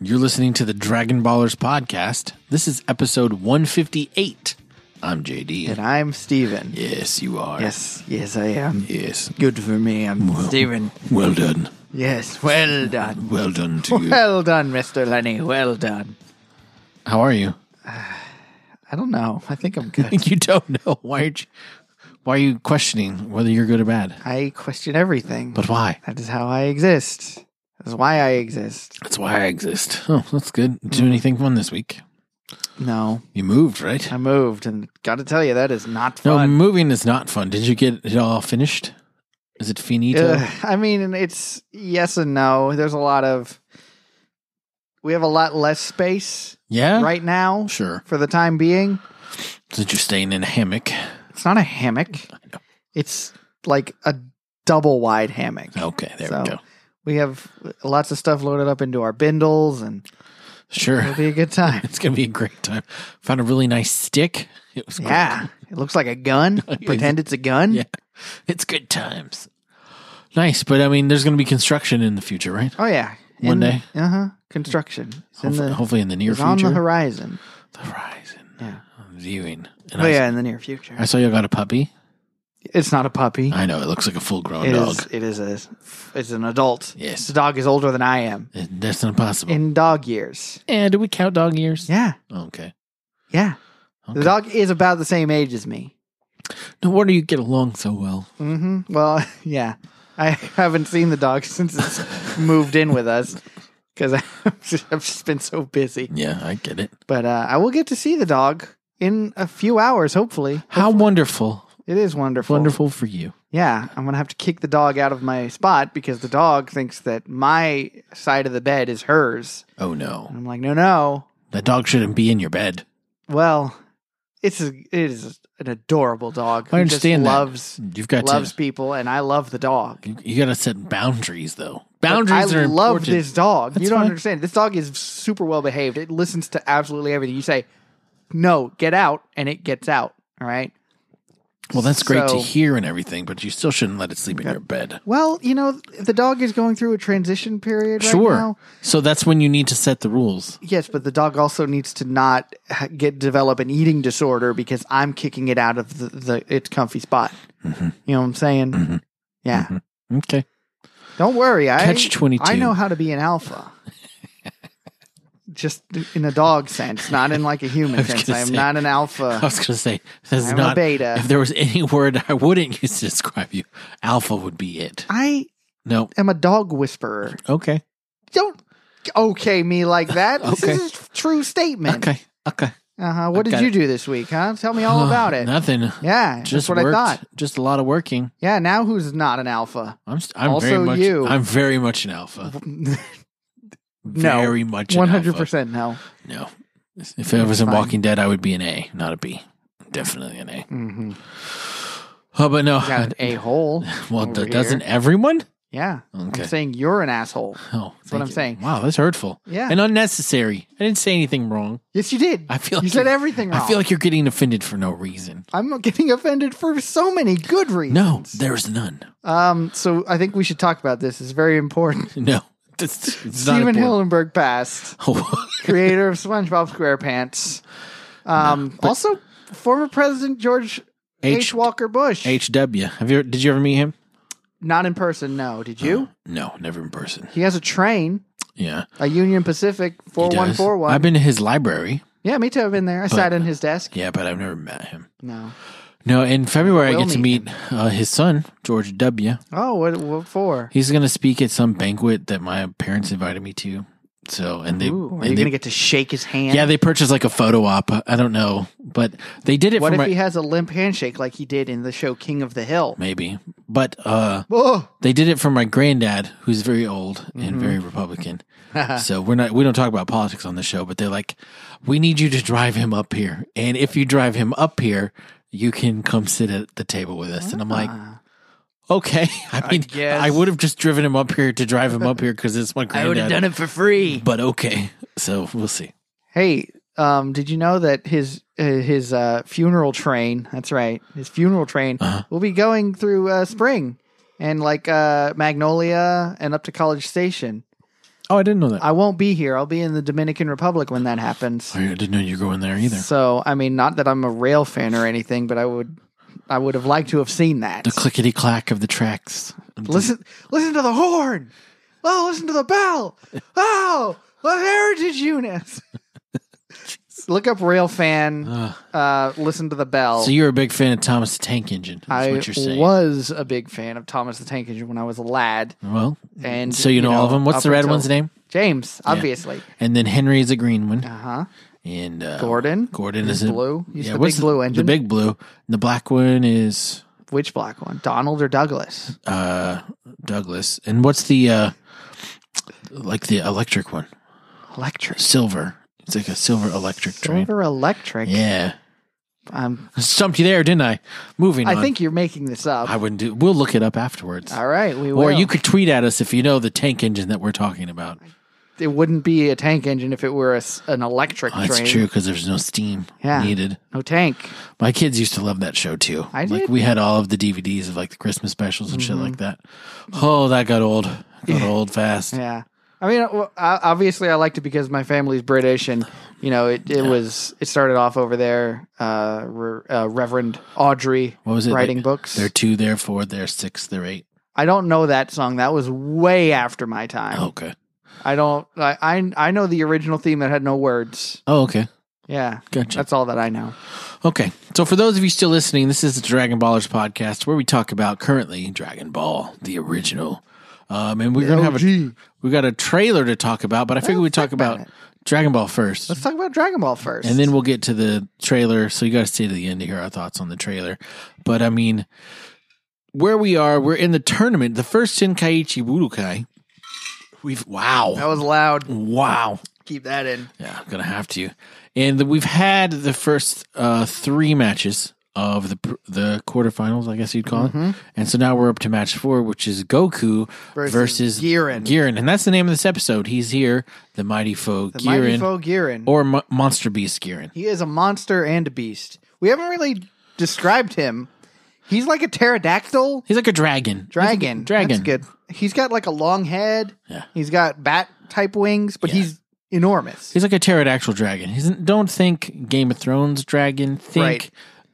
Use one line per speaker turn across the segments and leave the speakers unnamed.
You're listening to the Dragon Ballers podcast. This is episode 158. I'm JD.
And I'm Steven.
yes, you are.
Yes, yes, I am.
Yes.
Good for me, I'm Steven.
Well done.
Yes, well done.
Well done to you.
Well done, Mr. Lenny. Well done.
How are you?
I don't know. I think I'm good.
You don't know. Why aren't you, why are you questioning whether you're good or bad?
I question everything.
But why?
That is how I exist. That's why I exist.
That's why I exist. Oh, that's good. Did you do
Mm.
anything fun this week?
No,
You moved, right?
I moved, and gotta tell you, that is not
No,
fun.
moving is not fun. Did you get it all finished? Is it finito?
Ugh, I mean, it's yes and no. There's a lot of. We have a lot less space
yeah.
right now
Sure.
for the time being.
Since you're staying in a hammock.
It's not a hammock. It's like a double wide hammock.
Okay, there
So-
we go.
We have lots of stuff loaded up into our bindles, and
Sure.
it'll be a good time.
It's gonna be a great time. Found a really nice stick. It was great.
Yeah, it looks like a gun. Pretend it's a gun.
Yeah. It's good times. Nice, but I mean, there's gonna be construction in the future, right?
Oh yeah.
One day.
Uh huh. Construction. It's in
Hopefully,
the,
hopefully in the near
it's on the
future.
horizon.
The horizon.
Yeah.
I'm viewing. And
Oh
I,
yeah, in the near future.
I saw you got a puppy.
It's not a puppy.
I know it looks like a full-grown
It
dog.
is. It is a. It's an adult.
Yes.
The dog is older than I am
Eh, That's not possible.
in dog years.
and do we count dog years?
Yeah.
Okay.
Yeah.
okay.
The dog is about the same age as me.
no wonder you get along so well.
hmm Well, yeah. I haven't seen the dog since it's moved in with us because I've just, I've just been so busy.
Yeah, I get it.
But uh, I will get to see the dog in a few hours, hopefully.
How wonderful.
It is wonderful.
Wonderful for you.
Yeah. I'm going to have to kick the dog out of my spot because the dog thinks that my side of the bed is hers.
Oh no.
And I'm like, no, no.
That dog shouldn't be in your bed.
Well, it's a, it is an adorable dog.
I
who
understand that.
just loves
You've got to
loves people, and I love the dog.
You, you got to set boundaries, though.
But
Boundaries
I
are
love
important.
this dog.
That's
you don't
fine.
understand. This dog is super well behaved. It listens to absolutely everything you say. No, get out, and it gets out. All right.
Well, that's great to
So-
hear and everything, but you still shouldn't let it sleep in your bed.
Well, you know the dog is going through a transition period right
sure.
now.
So that's when you need to set the rules.
Yes, but the dog also needs to not ha- get develop an eating disorder because I'm kicking it out of the, the its comfy spot.
Mm-hmm.
You know what I'm saying? Yeah.
Okay.
Don't worry. I
Catch 22.
I know how to be an alpha. Just in a dog sense, not in like a human
was
sense.
gonna
I am
say-
not an
I
alpha.
was going to say, that's
I'm a
not.
beta.
If there was any word I wouldn't use to describe you, alpha would be it.
I
No.
am a dog whisperer.
Okay.
Don't okay me like that.
Okay.
This is a true statement.
Okay. Okay.
Uh-huh. What did
Okay.
you do this week, huh? Tell me all about it.
Nothing.
Yeah,
Just
that's what
worked.
I thought.
Just a lot of working.
Yeah, now who's not an alpha?
I'm. St- I'm
Also
very much.
you.
I'm very much Uh, an alpha.
No.
Very much.
One
One
hundred percent no.
No. If I was in
Fine.
Walking Dead, I would be an A, not a B. Definitely an A.
Mm-hmm.
Oh, but no.
Got an a hole.
well,
over
d-
here.
doesn't everyone?
Yeah,
Okay.
I'm saying you're an asshole.
Oh,
That's what
thank
I'm
you.
saying.
Wow, that's hurtful.
Yeah.
And unnecessary. I didn't say anything wrong.
Yes, you did.
I feel like
you said
you-
everything wrong.
I feel like you're getting offended for no reason.
I'm getting offended for so many good
No,
reasons.
there's none.
Um, so I think we should talk about this. It's very important.
No. That's, it's not
Steven
important.
Hillenberg passed, creator of SpongeBob SquarePants. Um, also former President George H.
H-
Walker Bush.
HW. Have you did you ever meet him?
Not in person, no. Did you?
No, never in person.
He has a train,
Yeah.
a Union Pacific
he does.
4141.
I've been to his library.
yeah, me too. I've been there. I sat in his desk.
Yeah, but I've never met him.
No.
No, in February I
We'll
get to
meet
meet uh, his son, George W.
Oh, what, what for?
He's going to speak at some banquet that my parents invited me to. So, and they
Ooh,
and
are you
they
going to get to shake his hand?
Yeah, they purchased like a photo op. I don't know, but they did it
what
for
if
my,
he has a limp handshake like he did in the show King of the Hill?
maybe. But uh,
Oh,
they did it for my granddad, who's very old
Mm-hmm.
and very Republican. so we're not we don't talk about politics on the show, but they're like, we need you to drive him up here, and if you drive him up here, you can come sit at the table with us. And I'm like. Okay, I mean,
Ah. guess.
I, would have just driven him up here to drive him up here because it's my granddad.
it for free.
but okay, so we'll see.
Hey, um, did you know that his uh, his uh, funeral train? That's right, his funeral train
Uh-huh.
will be going through uh, Spring and like uh, Magnolia and up to College Station.
Oh, I didn't know that.
I won't be here. I'll be in the Dominican Republic when that happens.
I didn't know you were going there either.
So, I mean, not that I'm a rail fan or anything, but I would, I would have liked to have seen that.
The clickety clack of the tracks.
Listen, listen to the horn. Oh, listen to the bell. Oh, the heritage units. Look up rail fan.
Ugh.
Uh, listen to the bell.
so you're a big fan of Thomas the Tank Engine. That's
I
what you're saying.
was a big fan of Thomas the Tank Engine when I was a lad,
Well,
and
Mm-hmm. so you know, all of them. What's
up
the red
until-
one's name?
James, obviously.
And then Henry is a green one,
Uh huh.
and uh,
Gordon.
Gordon
He's
is a-
blue. He's the
what's
big blue engine.
The big blue. And the black one is
Which black one? Donald or Douglas?
uh, Douglas. And what's the uh, like the electric one?
Electric.
Silver. It's like a silver electric train.
Silver Electric.
Yeah,
Um,
stumped you there, didn't I? Moving.
I
on.
think you're making this up.
I wouldn't do. We'll look it up afterwards.
All right, we will.
Or you could tweet at us if you know the tank engine that we're talking about.
it wouldn't be a tank engine if it were a s an electric
Oh, that's
train.
true because there's no steam
Yeah.
needed.
No tank.
My kids used to love that show too.
I
Like
did. Mm-hmm.
we had all of the DVDs of like the Christmas specials and shit like that. Oh, that got old. Got old fast.
Yeah. I mean, well, I- obviously, I liked it because my family's British, and you know, it, it was it started off over there. Uh, Re- uh, Reverend Audrey
What was it?
writing
Like,
books.
They're two, they're four, they're six, they're eight.
I don't know that song. That was way after my time.
Oh, okay.
I don't. I, I I know the original theme that had no words.
Oh, okay.
Yeah,
Gotcha.
that's all that I know.
okay. So for those of you still listening, this is the Dragon Ballers podcast where we talk about currently Dragon Ball, the original. Um, and we're gonna have a
LG.
we got a trailer to talk about, but I figured we'd talk about Dragon Ball first.
Let's talk about Dragon Ball first,
And then we'll get to the trailer. So you got to stay to the end to hear our thoughts on the trailer. But I mean, where we are, we're in the tournament, the first Tenkaichi Budokai. We've
that
wow,
was loud.
wow,
Keep that in.
yeah, gonna have to. And the, we've had the first uh, three matches of the pr- the quarterfinals, I guess you'd call it. And so now we're up to match four, which is Goku
Mm-hmm. Versus
versus,
Jiren.
Jiren, and that's the name of this episode. He's here, the mighty foe
The
Girin,
Mighty Foe Girin.
or Mo- Monster Beast Girin.
He is a monster and a beast. We haven't really described him. He's like a pterodactyl
He's like a dragon.
dragon.
dragon.
That's good. He's got like a long head.
Yeah.
He's got bat type wings, but
Yeah.
he's enormous.
He's like a pterodactyl dragon. He's, don't think Game of Thrones dragon. Think
Right.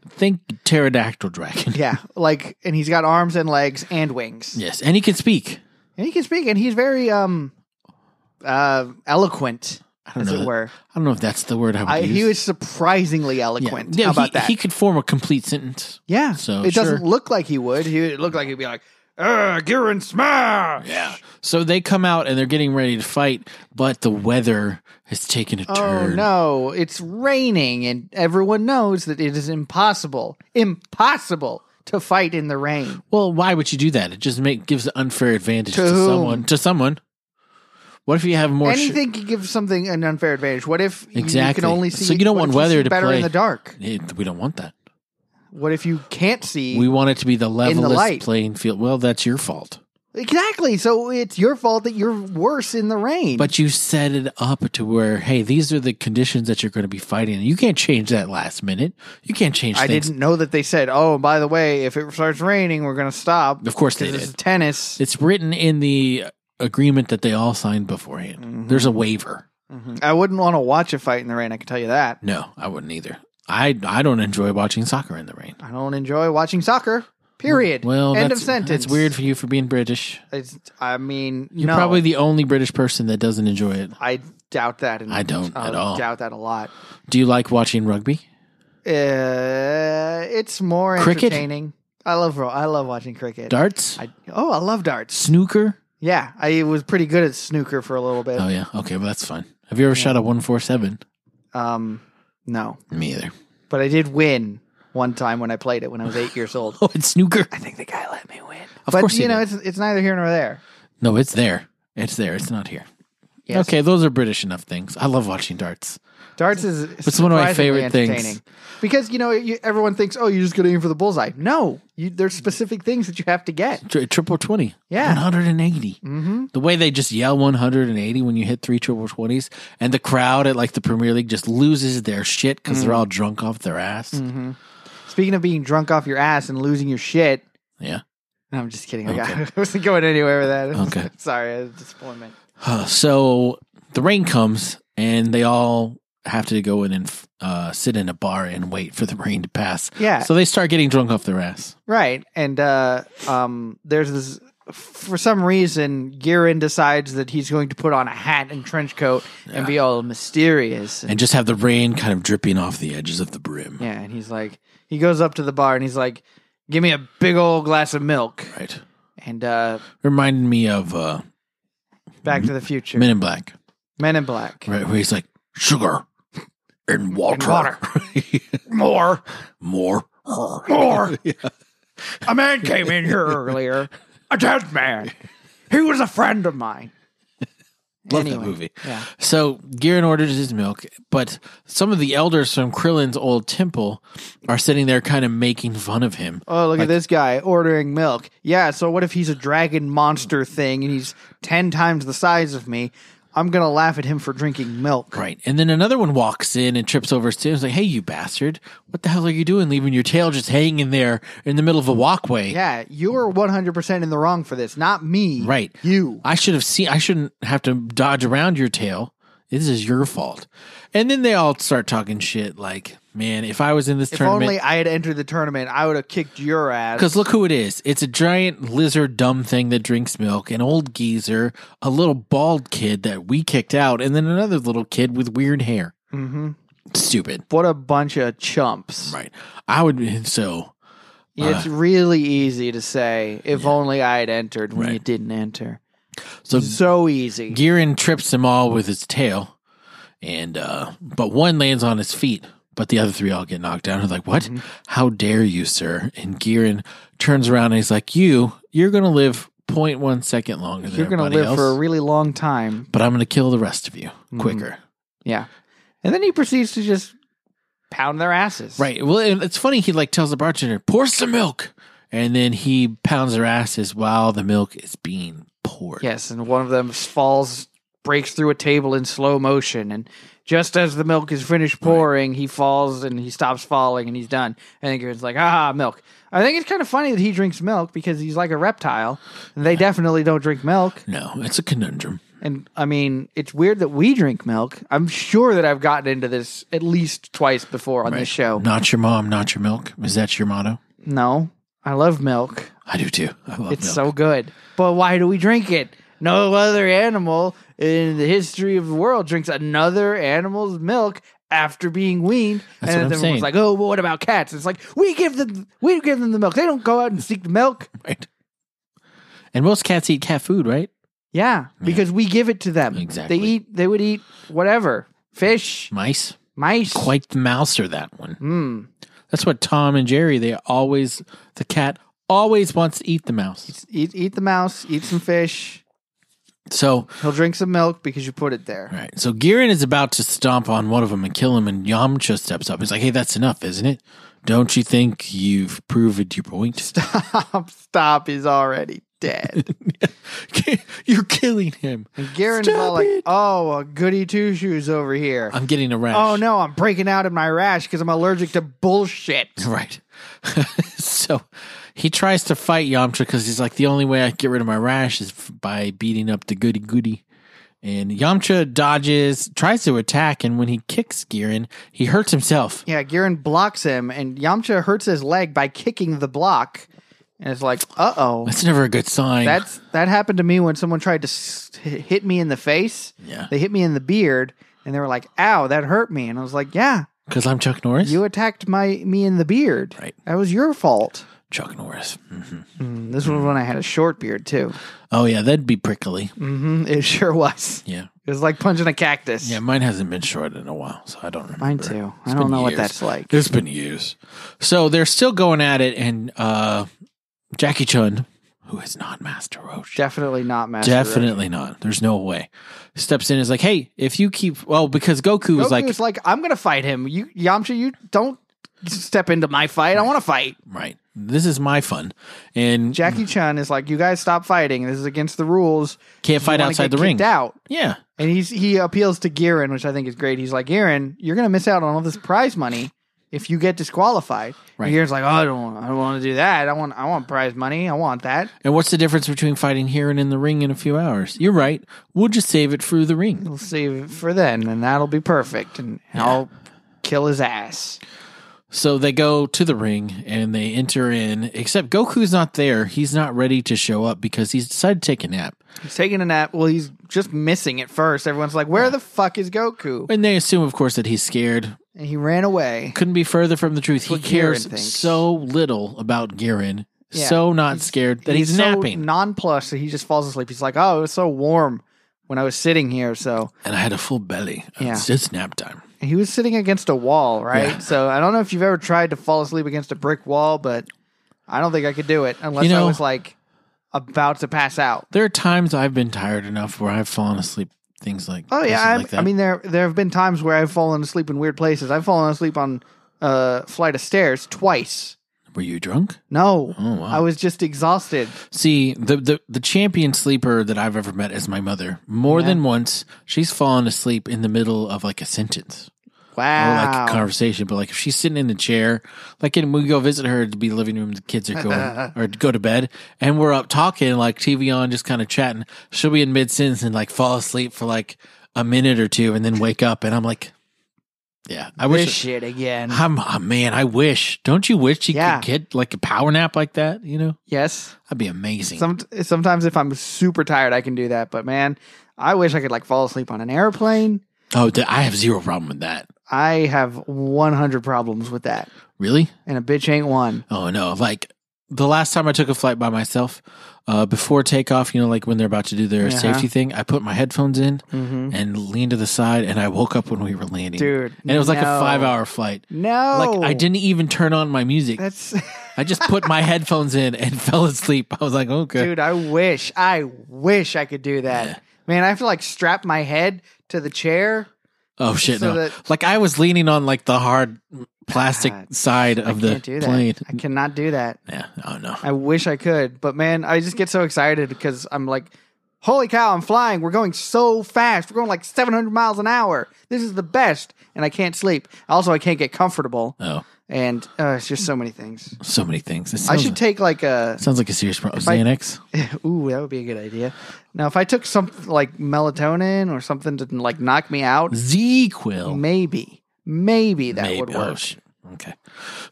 think pterodactyl dragon.
yeah. Like and he's got arms and legs and wings.
Yes, and he can speak.
And he can speak and he's very um uh eloquent, as
know
it
that-
were.
I don't know if that's the word I would
I,
use.
he was surprisingly
Yeah.
eloquent.
Yeah,
How about
he,
that?
He could form a complete sentence.
yeah.
So,
it doesn't
sure.
look like he would. He it looked like he'd be like, "Uh, Girin smash."
Yeah. So they come out and they're getting ready to fight, but the weather has taken a
Oh
turn.
no, it's raining, and everyone knows that it is impossible, impossible to fight in the rain.
Well, why would you do that? It just make gives an unfair advantage
To
to,
whom?
someone. To someone. What if you have more? sh-
Anything could give something an unfair advantage. What if you- you
Exactly.
can only see?
So you don't
what
want
if see
weather to
better
play-
in the dark.
Eh, we don't want that.
What if you can't see?
We want it to be the
the
levelest
light.
playing field. Well, that's your fault.
exactly. So it's your fault that you're worse in the rain.
But you set it up to where, hey, these are the conditions that you're going to be fighting. in. You can't change that last minute. You can't change
I
things.
didn't know that they said. Oh, by the way, if it starts raining, we're going to stop.
Of course they
because this
did.
is tennis.
It's written in the agreement that they all signed beforehand.
Mm-hmm.
There's a waiver.
I wouldn't want to watch a fight in the rain. I can tell you that.
No, I wouldn't either. I I don't enjoy watching soccer in the rain.
I don't enjoy watching soccer. Period.
Well,
end
that's,
of sentence.
It's weird for you for being British.
It's, I mean,
You're
no,
probably the only British person that doesn't enjoy it.
I doubt that. in-
I don't
I
at all.
Doubt that a lot.
Do you like watching rugby?
Uh, it's more
Cricket?
entertaining. I love. I love watching cricket.
Darts?
I, oh, I love darts.
Snooker?
Yeah, I was pretty good at snooker for a little bit.
Oh, yeah. Okay, well, that's fine. Have you ever shot a 147?
Um, no,
Me either.
but I did win one time when I played it when I was eight years old.
Oh, it's snooker.
I think the guy let me win.
Of
but
course he
you know,
did.
it's it's neither here nor there.
No, it's there. It's there. It's not here.
Yes.
Okay, those are British enough things. I love watching darts.
Darts is
It's one of my
surprisingly
favorite things.
entertaining. because you know you, everyone thinks, oh, you're just going to aim for the bullseye. No, you, there's specific things that you have to get.
Tri- triple 20.
Yeah.
180.
Mm-hmm.
The way they just yell 180 when you hit three triple 20s, and the crowd at like the Premier League just loses their shit because
Mm.
they're all drunk off their ass.
Mm-hmm. Speaking of being drunk off your ass and losing your shit,
Yeah.
no, I'm just kidding. I, got, I wasn't going anywhere with that.
Okay.
Sorry, it was a disappointment.
Uh, so the rain comes, and they all have to go in and uh, sit in a bar and wait for the rain to pass.
Yeah.
So they start getting drunk off their ass.
Right. And uh, um, there's this. For some reason, Girin decides that he's going to put on a hat and trench coat and be all mysterious. And,
And just have the rain kind of dripping off the edges of the brim.
yeah, and he's like, he goes up to the bar and he's like, "Give me a big old glass of milk."
Right.
And uh,
Reminded me of uh,
Back to the Future, Mm-hmm. Men,
Men in Black,
in Black.
right? Where he's like, sugar and water.
water. More,
More.
more. A man came in here earlier, a dead man. He was a friend of mine.
Love
Anyway,
that movie.
yeah.
So Garen orders his milk, but some of the elders from Krillin's old temple are sitting there kind of making fun of him.
Oh, look
Like-
at this guy ordering milk. Yeah, so what if he's a dragon monster thing and he's 10 times the size of me? I'm going to laugh at him for drinking milk.
Right. And then another one walks in and trips over his tail. He's like, hey, you bastard. What the hell are you doing leaving your tail just hanging there in the middle of a walkway?
Yeah, you're 100% in the wrong for this, not me.
Right.
You.
I should have seen, I shouldn't have to dodge around your tail. This is your fault. And then they all start talking shit like, man, if I was in this
If only
tournament.
I had entered the tournament, I would have kicked your ass.
Because look who it is. It's a giant lizard dumb thing that drinks milk, an old geezer, a little bald kid that we kicked out, and then another little kid with weird hair.
hmm
Stupid.
What a bunch of chumps.
Right. I would, so
It's really easy to say, if only I had entered when
Right.
you didn't enter.
So-
so easy.
Girin trips them all with his tail, and uh, but one lands on his feet, but the other three all get knocked down. He's like, "What?
Mm-hmm.
How dare you, sir?" And Girin turns around and he's like, "You, you're gonna live 0.1 second longer than
You're going to
everybody
live
else,
for a Mm-hmm. really long time.
but I'm gonna kill the rest of you quicker."
Yeah. And then he proceeds to just pound their asses.
Right. Well, it- it's funny. He like tells the bartender, "Pour some milk," and then he pounds their asses while the milk is being poured.
Yes. And one of them falls, breaks through a table in slow motion. And just as the milk is finished pouring, he falls and he stops falling and he's done. And then Garen's like, ah, milk. I think it's kind of funny that he drinks milk because he's like a reptile. And they definitely don't drink milk.
No, it's a conundrum.
And I mean, it's weird that we drink milk. I'm sure that I've gotten into this at least twice before on this show.
Not your mom, not your milk. Is that your motto?
No, I love milk.
I do too. I love
It's
milk.
so good. But why do we drink it? No other animal in the history of the world drinks another animal's milk after being weaned.
That's
and
what I'm
everyone's
saying.
like, "Oh, well, what about cats?" It's like we give them we give them the milk. They don't go out and seek the milk.
Right. And most cats eat cat food, right?
Yeah, because we give it to them.
Exactly.
They eat. They would eat whatever fish,
Mice.
mice.
Quite the mouser, that one.
Mm.
That's what Tom and Jerry, they always, the cat always wants to eat the mouse.
Eat, eat the mouse. Eat some fish.
So,
He'll drink some milk because you put it there.
all right. So Girin is about to stomp on one of them and kill him, and Yamcha steps up. He's like, hey, that's enough, isn't it? Don't you think you've proved your point?
Stop! Stop! He's already dead.
You're killing him.
And Garen's
Stop
all like,
it.
oh, a goody two shoes over here.
I'm getting a rash.
oh no, I'm breaking out in my rash because I'm allergic to bullshit.
Right. so he tries to fight Yamcha because he's like, the only way I can get rid of my rash is f- by beating up the goody goody. And Yamcha dodges, tries to attack, and when he kicks Girin, he hurts himself.
Yeah, Garen blocks him, and Yamcha hurts his leg by kicking the block. And it's like, uh oh.
That's never a good sign.
That's that happened to me when someone tried to s- h- hit me in the face.
Yeah.
They hit me in the beard, and they were like, "Ow, that hurt me." And I was like, "Yeah,
because I'm Chuck Norris.
you attacked my me in the beard.
Right.
That was your fault."
Chuck Norris. Mhm.
Mm, This was when I had a short beard too.
Oh yeah, that'd be prickly.
hmm It sure was.
Yeah,
It was like punching a cactus.
Mm-hmm. yeah. Mine hasn't been short in a while, so I don't remember.
Mine too.
It's
I don't
been
know what
years.
that's like.
It's been years. So they're still going at it, and uh, Jackie Chun, who is not Master Roshi,
Definitely not Master. Roshi.
Definitely not. There's no way. Steps in and is like, hey, if you keep well, because Goku was
Goku
like,
was like, I'm gonna fight him. You Yamcha, you don't step into my fight. I want to fight.
right, this is my fun, and
Jackie Chan is like, you guys stop fighting. This is against the rules.
can't
You
fight
wanna
outside
get
the ring.
kicked Out.
Yeah,
And he's he appeals to Garen, which I think is great. He's like, Garen, you're gonna miss out on all this prize money if you get disqualified.
Right.
And Garrett's like, oh, I don't, wanna- I don't want to do that. I want, I want prize money. I want that.
And what's the difference between fighting here and in the ring in a few hours? You're right. We'll just save it for the ring.
We'll save it for then, and that'll be perfect. And I'll kill his ass.
So they go to the ring and they enter in, except Goku's not there. He's not ready to show up because he's decided to take a nap.
He's taking a nap. Well, he's just missing it first. Everyone's like, where the fuck is Goku?
And they assume, of course, that he's scared.
And he ran away.
Couldn't be further from the truth. He
what Garen
cares
thinks.
so little about Garen,
Yeah.
so not scared that he's,
so
napping.
nonplussed that he just falls asleep. He's like, oh, it was so warm when I was sitting here. So
and I had a full belly.
Yeah.
It's just nap time.
and he was sitting against a wall, right?
Yeah.
So I don't know if you've ever tried to fall asleep against a brick wall, but I don't think I could do it unless
You know-
I was like about to pass out.
There are times I've been tired enough where I've fallen asleep. Things like
Oh yeah,
places
I,
like that.
I mean there there have been times where I've fallen asleep in weird places. I've fallen asleep on a flight of stairs twice.
were you drunk?
No,
Oh wow.
I was just exhausted.
See, the, the the champion sleeper that I've ever met is my mother. More
Yeah.
than once, she's fallen asleep in the middle of like a sentence or
Wow.
Oh, like a conversation. But like if she's sitting in the chair, like and we go visit her to be living room, the kids are going or go to bed, and we're up talking, like TV on, just kind of chatting. She'll be in mid sentence and like fall asleep for like a minute or two, and then wake up, and I'm like, yeah, I
this
wish.
shit again.
I'm oh, man. I wish. Don't you wish you
Yeah.
could get like a power nap like that? You know,
yes.
that'd be amazing.
Some sometimes if I'm super tired, I can do that. But man, I wish I could like fall asleep on an airplane.
Oh, th- I have zero problem with that.
I have 100 problems with that,
Really?
and a bitch ain't one.
Oh no! Like the last time I took a flight by myself, uh, before takeoff, you know, like when they're about to do their
Uh-huh.
safety thing, I put my headphones in
Mm-hmm.
and leaned to the side, and I woke up when we were landing,
Dude,
And it was like a
no.
five-hour flight.
No,
Like I didn't even turn on my music.
That's
I just put my headphones in and fell asleep. I was like, okay.
dude. I wish, I wish I could do that. Man, I have to like strap my head to the chair.
oh shit!
so
no.
that-
like I was leaning on like the hard plastic
God,
side of
I
the
can't do
plane.
that. I cannot do that.
Yeah. Oh no.
I wish I could, but man, I just get so excited because I'm like, holy cow, I'm flying. We're going so fast. We're going like 700 miles an hour. This is the best. And I can't sleep. Also, I can't get comfortable.
Oh,
And uh, it's just so many things.
so many things. It
I
sounds,
should take like a.
sounds like a serious problem.
I-
Xanax.
Ooh, that would be a good idea. Now, if I took something like melatonin or something to like knock me out,
Z-Quil.
maybe, maybe that would
Maybe. Oh,
work.
shit. okay.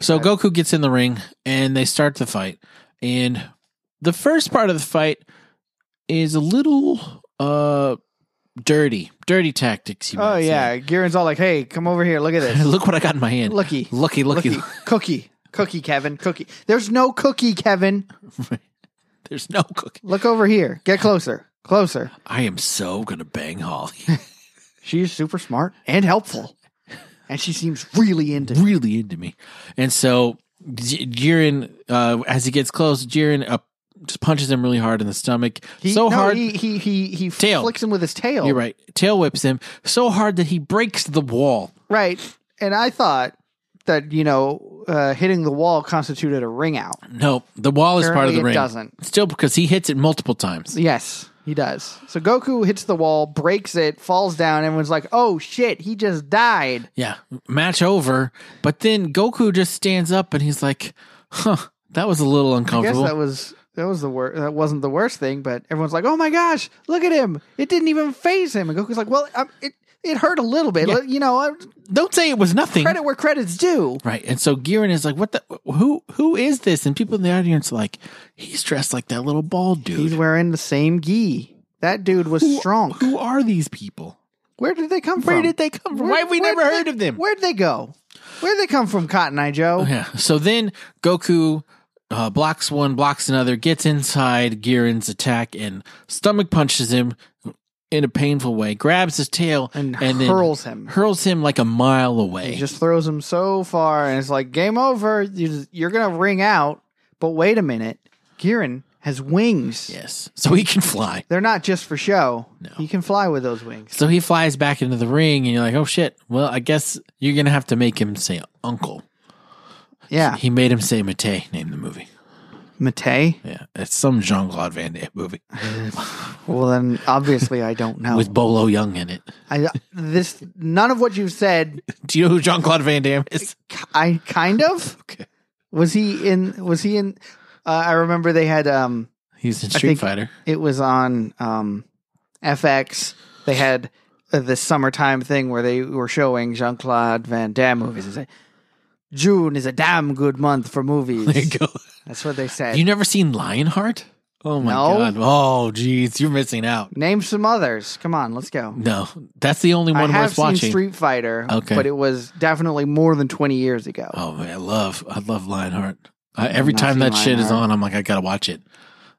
So Goku gets in the ring and they start the fight. And the first part of the fight is a little uh dirty. Dirty tactics, you
Oh,
might say.
yeah. Garen's all like, hey, come over here. Look at this.
Look what I got in my hand.
Looky.
Lucky, lucky.
Lookie. Cookie. Cookie, Kevin. Cookie. There's no cookie, Kevin.
There's no cookie.
Look over here. Get closer. Closer.
I am so gonna bang Holly.
She's super smart and helpful. And she seems really into it.
really into me. And so J- Jiren, uh, as he gets close, Jiren uh, just punches him really hard in the stomach.
He-
so
no,
hard.
He, he, he, he
Tail.
flicks him with his tail.
You're right. Tail whips him so hard that he breaks the wall.
Right. And I thought that, you know, uh, hitting the wall constituted a ring out.
No, the wall is part of
Apparently
the
it
ring.
doesn't.
Still, because he hits it multiple times.
Yes, he does. So Goku hits the wall, breaks it, falls down. Everyone's like, oh shit, he just died.
Yeah, match over. But then Goku just stands up and he's like, "Huh, that was a little
I guess
uncomfortable."
that was. That was the worst. That wasn't the worst thing, but everyone's like, "Oh my gosh, look at him! It didn't even phase him." And Goku's like, "Well, um, it it hurt a little bit,
Yeah.
Let- you know. uh,
Don't say it was nothing,
Credit where credit's due."
right? And so Giran is like, "What the? Who? Who is this?" And people in the audience are like, "He's dressed like that little bald
He's
dude.
wearing the same gi. That dude was strong.
Who are these people?
Where did they come from?
Where did they come from? Why have we
where
never
did they-
heard of them?"
Where'd they go? Where'd they come from, Cotton Eye Joe?
Yeah. So then Goku uh, blocks one, blocks another, gets inside Giran's attack and stomach punches him in a painful way, grabs his tail
And,
then
hurls him.
hurls him like a mile
He
away.
just throws him so far, and it's like game over. You just- You're gonna ring out. But wait a minute, Giran has wings.
yes. So he can fly.
They're not just for show.
No.
He can fly with those wings.
So he flies back into the ring, and you're like, oh shit. Well, I guess you're going to have to make him say uncle.
Yeah.
He made him say Mate, name the movie.
Matei?
Yeah, it's some Jean Claude Van Damme movie
Well, then obviously I don't know.
with Bolo Young in it.
I this none of what you've said.
Do you know who Jean Claude Van Damme is?
I kind of
Okay,
was he in? Was he in? Uh, I remember they had. um
he's in
I
Street
think-
Fighter.
It was on um FX. They had uh, this summertime thing where they were showing Jean Claude Van Damme movies. It's like, June is a damn good month for
There you
movies.
go.
That's what they said.
You never seen Lionheart? Oh my
No.
god! Oh jeez, you're missing out.
Name some others. Come on, let's go.
No, that's the only one
I have
worth
seen
watching.
Street Fighter,
Okay.
but it was definitely more than twenty years ago.
Oh man, I love I love Lionheart. I, every
Not
time
seen
that shit is
Lionheart.
on, I'm like, I gotta watch it.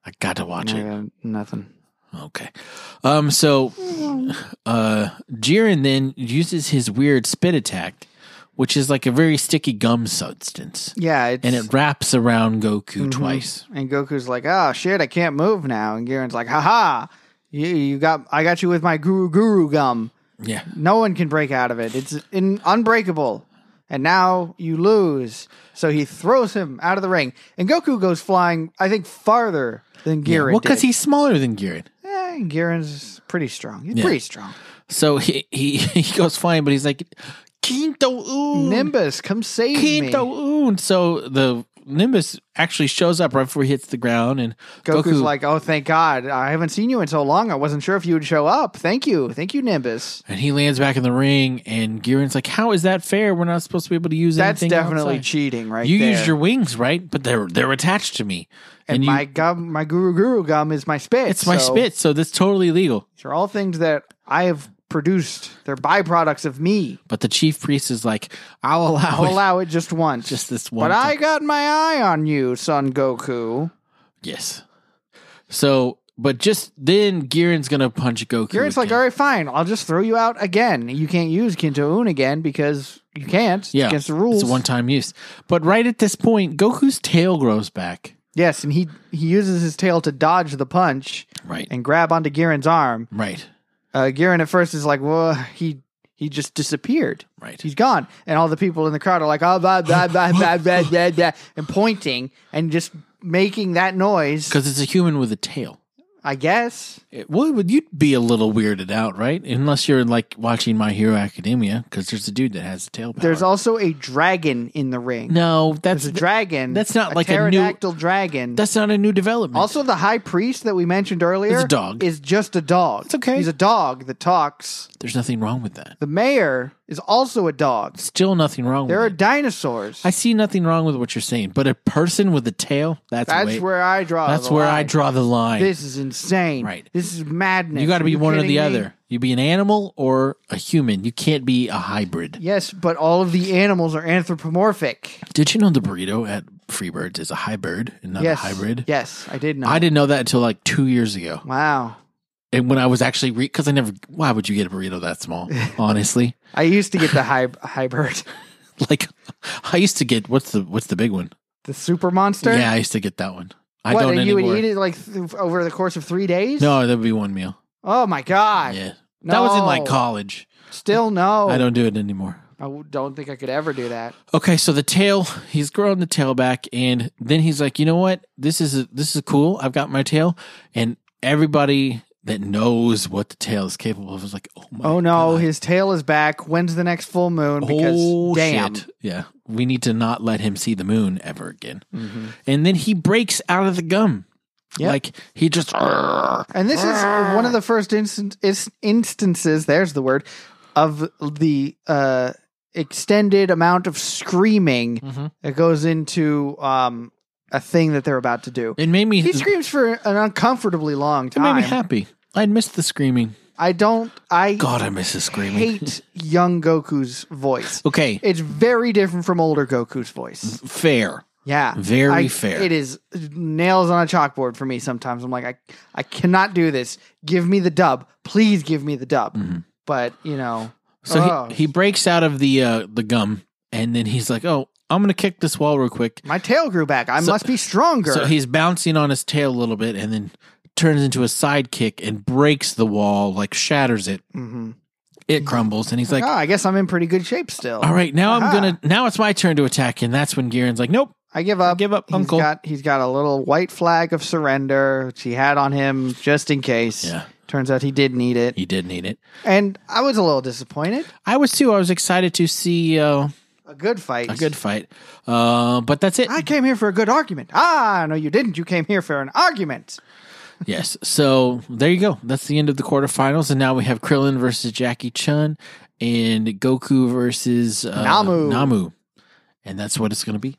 I gotta watch
No,
it.
uh, nothing.
Okay. Um. So,
Mm.
uh, Jiren then uses his weird spit attack, which is like a very sticky gum substance,
Yeah, it's,
and it wraps around Goku
Mhm.
twice.
And Goku's like, "Oh shit, I can't move now." And Garen's like, "Haha, you, you got I got you with my guru guru gum.
Yeah.
No one can break out of it. It's in, unbreakable." And now you lose. So he throws him out of the ring, and Goku goes flying. I think farther than Garen.
well, because
did.
he's smaller than Jiren,
Eh, Garen's pretty strong. He's
Yeah.
pretty strong.
so he he, he goes flying, but he's like, Quinto Un,
Nimbus, come save me.
Quinto Un. So the Nimbus actually shows up right before he hits the ground, and
Goku's
Goku-
like, "Oh, thank God! I haven't seen you in so long. I wasn't sure if you would show up. Thank you, thank you, Nimbus."
And he lands back in the ring, and Garen's like, "How is that fair? We're not supposed to be able to use
That's
anything."
definitely
outside."
cheating, right?
you
there.
used your wings, right? But they're they're attached to me,
and,
you,
my gum, my guru guru gum is my spit.
it's my
so
spit, so that's totally illegal.
These are all things that I have produced. They're byproducts of me.
But the chief priest is like, "I'll allow,
I'll
it.
allow it just once.
Oh, just this one."
but
time."
I got my eye on you, son Goku.
yes. So, but just then, Garen's gonna punch Goku.
Garrett's like,
again.
all right, fine. I'll just throw you out again. You can't use Kinto Un again because you can't. It's
Yeah.
against the rules.
It's a one time use. But right at this point, Goku's tail grows back.
yes, and he he uses his tail to dodge the punch
Right.
and grab onto Garen's arm.
Right.
Uh, Garen at first is like, well, he he just disappeared.
Right.
He's gone. And all the people in the crowd are like, oh, blah, blah, blah, blah, blah, blah, blah, and pointing and just making that noise,
Because it's a human with a tail.
I guess.
It, well, would you would be a little weirded out, right? Unless you're like watching My Hero Academia, because there's a dude that has a tail power.
There's also a dragon in the ring.
no, that's
There's a dragon.
that's not like a new-
pterodactyl dragon.
that's not a new development.
Also, the high priest that we mentioned earlier
Is a dog.
is just a dog.
It's okay.
He's a dog that talks.
there's nothing wrong with that.
The mayor is also a dog.
Still nothing wrong.
There are
with it.
dinosaurs.
I see nothing wrong with what you're saying, but a person with a tail, that's
that's
way-
where I draw.
that's
the
where I
line.
draw the line.
This is insane.
Right.
This is madness.
you got to
Are
be one or the
kidding me?
other. You be an animal or a human. You can't be a hybrid.
Yes, but all of the animals are anthropomorphic.
Did you know the burrito at Freebirds is a hybrid and not
yes.
a hybrid?
Yes, I did know.
I didn't know that until like two years ago.
Wow.
And when I was actually re, because I never, why would you get a burrito that small? Honestly,
I used to get the hy- hybrid,
like I used to get what's the what's the big one?
the super monster.
Yeah, I used to get that one. I
what,
don't
and
anymore.
you would eat it like th- over the course of three days?
No, that would be one meal.
Oh my god.
Yeah, that was in like
No. Oh.
college.
Still no.
I don't do it anymore.
I w- don't think I could ever do that.
Okay, so the tail, he's growing the tail back, and then he's like, you know what? This is this is cool. I've got my tail, and everybody that knows what the tail is capable of is like, oh my,
Oh no,
God.
his tail is back. When's the next full moon? Because
oh
damn.
shit, yeah, we need to not let him see the moon ever again.
Mhm.
And then he breaks out of the gum,
Yep.
like he just,
And this is one of the first instan- is- instances, there's the word, of the uh, extended amount of screaming
Mhm.
that goes into um, a thing that they're about to do.
it made me,
He
it
screams for an uncomfortably long
made me
time.
happy. I missed the screaming.
I don't, I
God, I miss the screaming.
hate young Goku's voice.
Okay,
It's very different from older Goku's voice.
fair,
Yeah.
very
I-
fair.
It is nails on a chalkboard for me sometimes. I'm like, I, I cannot do this. Give me the dub. Please give me the dub. But, you know,
Mm-hmm. So
Oh.
he, he breaks out of the uh, the gum, and then he's like, "Oh, I'm gonna kick this wall real quick."
my tail grew back. I
So-
must be stronger.
So he's bouncing on his tail a little bit, and then turns into a sidekick and breaks the wall, like shatters it.
hmm
It crumbles, and he's like,
Ah, oh, I guess I'm in pretty good shape still.
"All right, now
Aha.
I'm gonna. Now it's my turn to attack." And that's when Garen's like, "Nope,
I give up.
give up,
He's
Uncle.
got- he's got a little white flag of surrender, which he had on him just in case.
Yeah.
Turns out he did need it.
He did need it.
And I was a little disappointed.
I was too. I was excited to see uh,
A good fight.
a good fight, uh, but that's it.
I came here for a good argument. Ah, no, you didn't. You came here for an argument.
Yes. So there you go. That's the end of the quarterfinals, and now we have Krillin versus Jackie Chun, and Goku versus uh,
Namu.
Namu, and that's what it's going to be.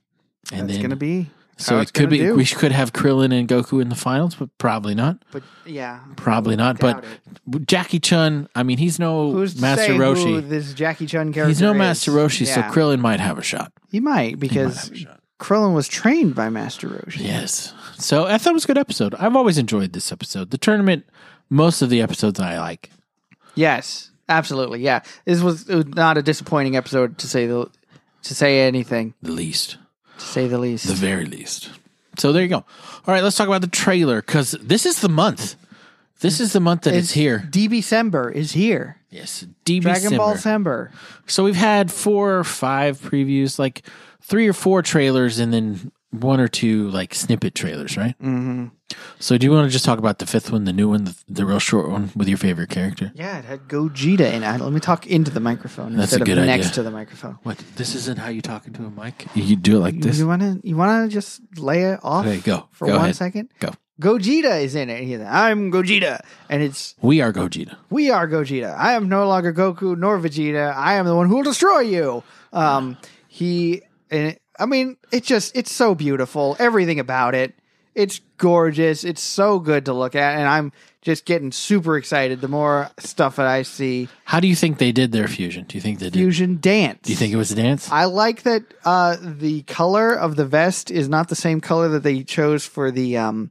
And
That's
then
gonna be.
so
how
it
it's
could
gonna
be
do.
we could have Krillin and Goku in the finals, but probably not.
But yeah,
Probably not. But
doubt
Jackie Chun, I mean, he's no
who's to
Master
say who
Roshi.
this Jackie Chun character?
He's no
is?
Master Roshi, so
Yeah.
Krillin might have a shot.
he might
He might
because
have a shot.
Krillin was trained by Master Roshi.
Yes. So I thought it was a good episode. I've always enjoyed this episode. The tournament, most of the episodes I like.
Yes, absolutely. Yeah, this was, it was not a disappointing episode to say the to say anything
The least.
to say the least.
The very least. So there you go. All right, let's talk about the trailer because this is the month. This is the month that it's, here.
DB Sember is here.
Yes, DB
Dragon Ball
Simmer.
Sember.
So we've had four or five previews, like three or four trailers, and then one or two like snippet trailers, right? Mm-hmm. So do you want to just talk about the fifth one, the new one, the, the real short one with your favorite character?
Yeah, it had Gogeta in it. Let me talk into the microphone
That's a
instead
good
of next
idea.
to the microphone.
What? This isn't how you talking to a mic. You do it like this.
You wanna you wanna just lay it off
Okay, go.
for
Go
one
ahead.
second?
Go.
Gogeta is in it. He's like, I'm Gogeta. And it's
We are Gogeta.
we are Gogeta. I am no longer Goku nor Vegeta. I am the one who will destroy you. Um, he, and it- I mean, it just, it's so beautiful. Everything about it. It's gorgeous. It's so good to look at. And I'm just getting super excited the more stuff that I see.
How do you think they did their fusion? Do you think they did?
Fusion dance.
Do you think it was a dance?
I like that uh, the color of the vest is not the same color that they chose for the um,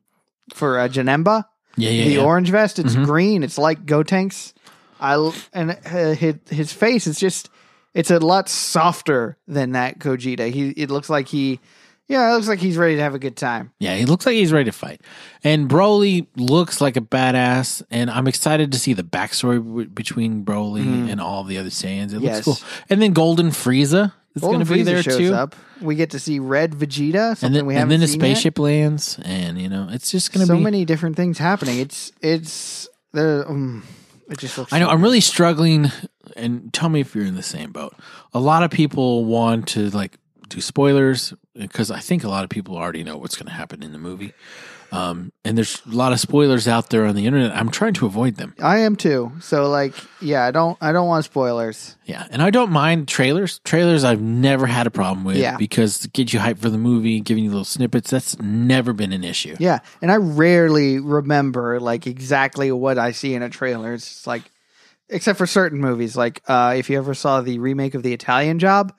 for uh, Janemba
yeah, yeah,
the
yeah. Mm-hmm.
orange vest. It's green. It's like Gotenks. I l- and uh, his, his face is just it's a lot softer than that Gogeta. He it looks like he yeah, it looks like he's ready to have a good time.
Yeah, he looks like he's ready to fight. And Broly looks like a badass, and I'm excited to see the backstory w- between Broly and all the other Saiyans. It
Mm-hmm. Yes.
looks cool. And then Golden Frieza is going
Golden
to be
Frieza
there
shows
too.
Up. We get to see Red Vegeta, something
and then,
we
and
haven't
then the
seen yet.
spaceship lands, and you know, it's just going to
So
be.
many different things happening. It's it's the um, it just looks.
I know
so
I'm really struggling, and tell me if you're in the same boat. A lot of people want to like do spoilers because I think a lot of people already know what's going to happen in the movie. Um, and there's a lot of spoilers out there on the internet. I'm trying to avoid them.
I am too. So like, yeah, I don't I don't want spoilers.
Yeah, and I don't mind trailers. Trailers I've never had a problem with
Yeah.
because it gets you hyped for the movie, giving you little snippets. That's never been an issue.
Yeah, and I rarely remember like exactly what I see in a trailer. It's just like, except for certain movies, like uh, if you ever saw the remake of The Italian Job,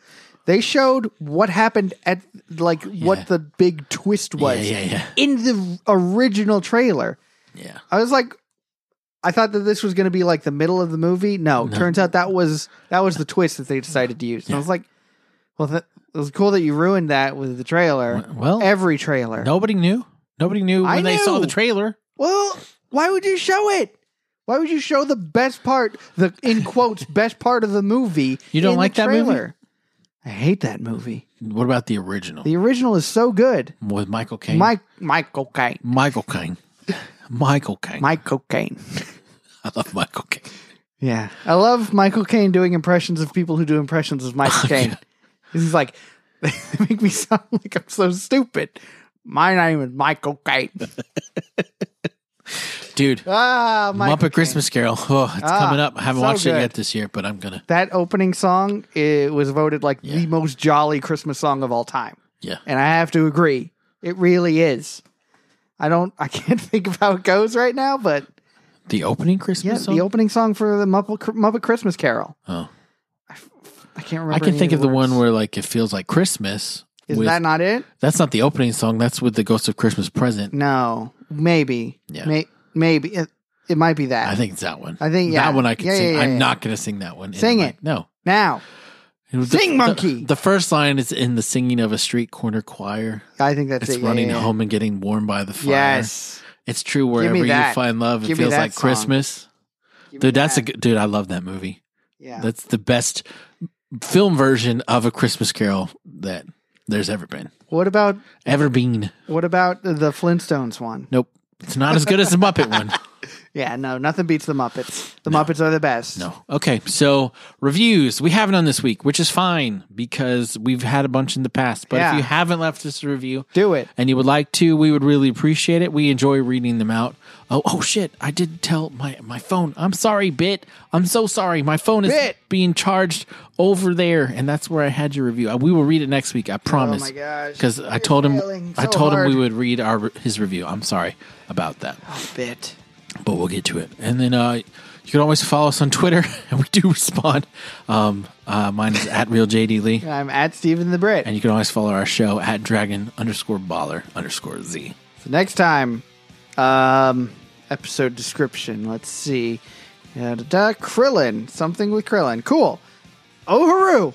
they showed what happened at like
Yeah.
what the big twist was
yeah, yeah,
in the original trailer.
yeah.
I was like, I thought that this was going to be like the middle of the movie. No, turns out that was that was the twist that they decided to use. And I was like, well, that, it was cool that you ruined that with the trailer.
Well,
Every trailer.
nobody knew. Nobody knew when
I
they saw
knew.
the trailer.
Well, why would you show it? Why would you show the best part, the in quotes best part of the movie?
You don't
in the
like that movie?
trailer? I hate that movie.
What about the original
The original is so good.
with Michael Caine?
Mike Michael Caine.
Michael Caine. Michael Caine.
Michael Caine.
I love Michael Caine.
Yeah, I love Michael Caine doing impressions of people who do impressions of
Oh,
Michael Caine. He's like, they make me sound like I'm so stupid. My name is Michael Caine.
Dude,
Ah, Michael
Muppet
Caine.
Christmas Carol. Oh, it's
Ah,
coming up. I haven't
so
watched it
good.
yet this year, but I'm going to.
That opening song it was voted like
Yeah.
the most jolly Christmas song of all time.
Yeah.
and I have to agree. It really is. I don't. I can't think of how it goes right now, but
The opening
yeah,
Christmas
the
song?
opening song for the Muppet, Muppet Christmas Carol.
oh.
I can't remember.
I can
any
think of the
words.
one where, like, it feels like Christmas.
Is
with-
that not it?
That's not the opening song. That's with the Ghost of Christmas Present.
No, maybe.
Yeah.
May- maybe it, it might be that.
I think it's that one.
I think, yeah.
that one I can
Yeah,
sing.
yeah, yeah,
I'm
yeah.
not going to sing that one. in
Sing
the mic.
it.
No,
now
It was
Sing, monkey.
The, first line is in the singing of a street corner choir.
I think that's
It's
it. Yeah,
running
yeah, yeah.
home and getting warm by the fire.
Yes,
it's true. Wherever you
that.
find love, it
Give me
feels
that
like
song.
Christmas.
Give me
Dude, that's a
that.
good, dude. I love that movie.
yeah.
That's the best film version of a Christmas Carol. That there's ever been.
What about
Ever been.
what about the Flintstones one?
Nope. It's not as good as the Muppet one.
Yeah, no, nothing beats the Muppets. The Muppets are the best.
No. Okay. So reviews. We have none this week, which is fine because we've had a bunch in the past. But
Yeah.
if you haven't left us a review
Do it.
and you would like to, we would really appreciate it. We enjoy reading them out. Oh, oh shit. I did tell my, my phone. I'm sorry, bit. I'm so sorry. My phone is
Bit.
being charged over there. And that's where I had your review. Uh, We will read it next week. I promise.
Oh gosh.
Because I told him,
failing
I
so
told him
hard.
we would read our his review. I'm sorry about that
Bit.
but we'll get to it. And then uh, you can always follow us on Twitter, and we do respond. Um, uh, mine is at real JD Lee,
I'm at Stephen the Brit.
and you can always follow our show at Dragon underscore Baller underscore Z.
So next time, um, episode description. Let's see. Da, da, da, Krillin. Something with Krillin. Cool. Oharu.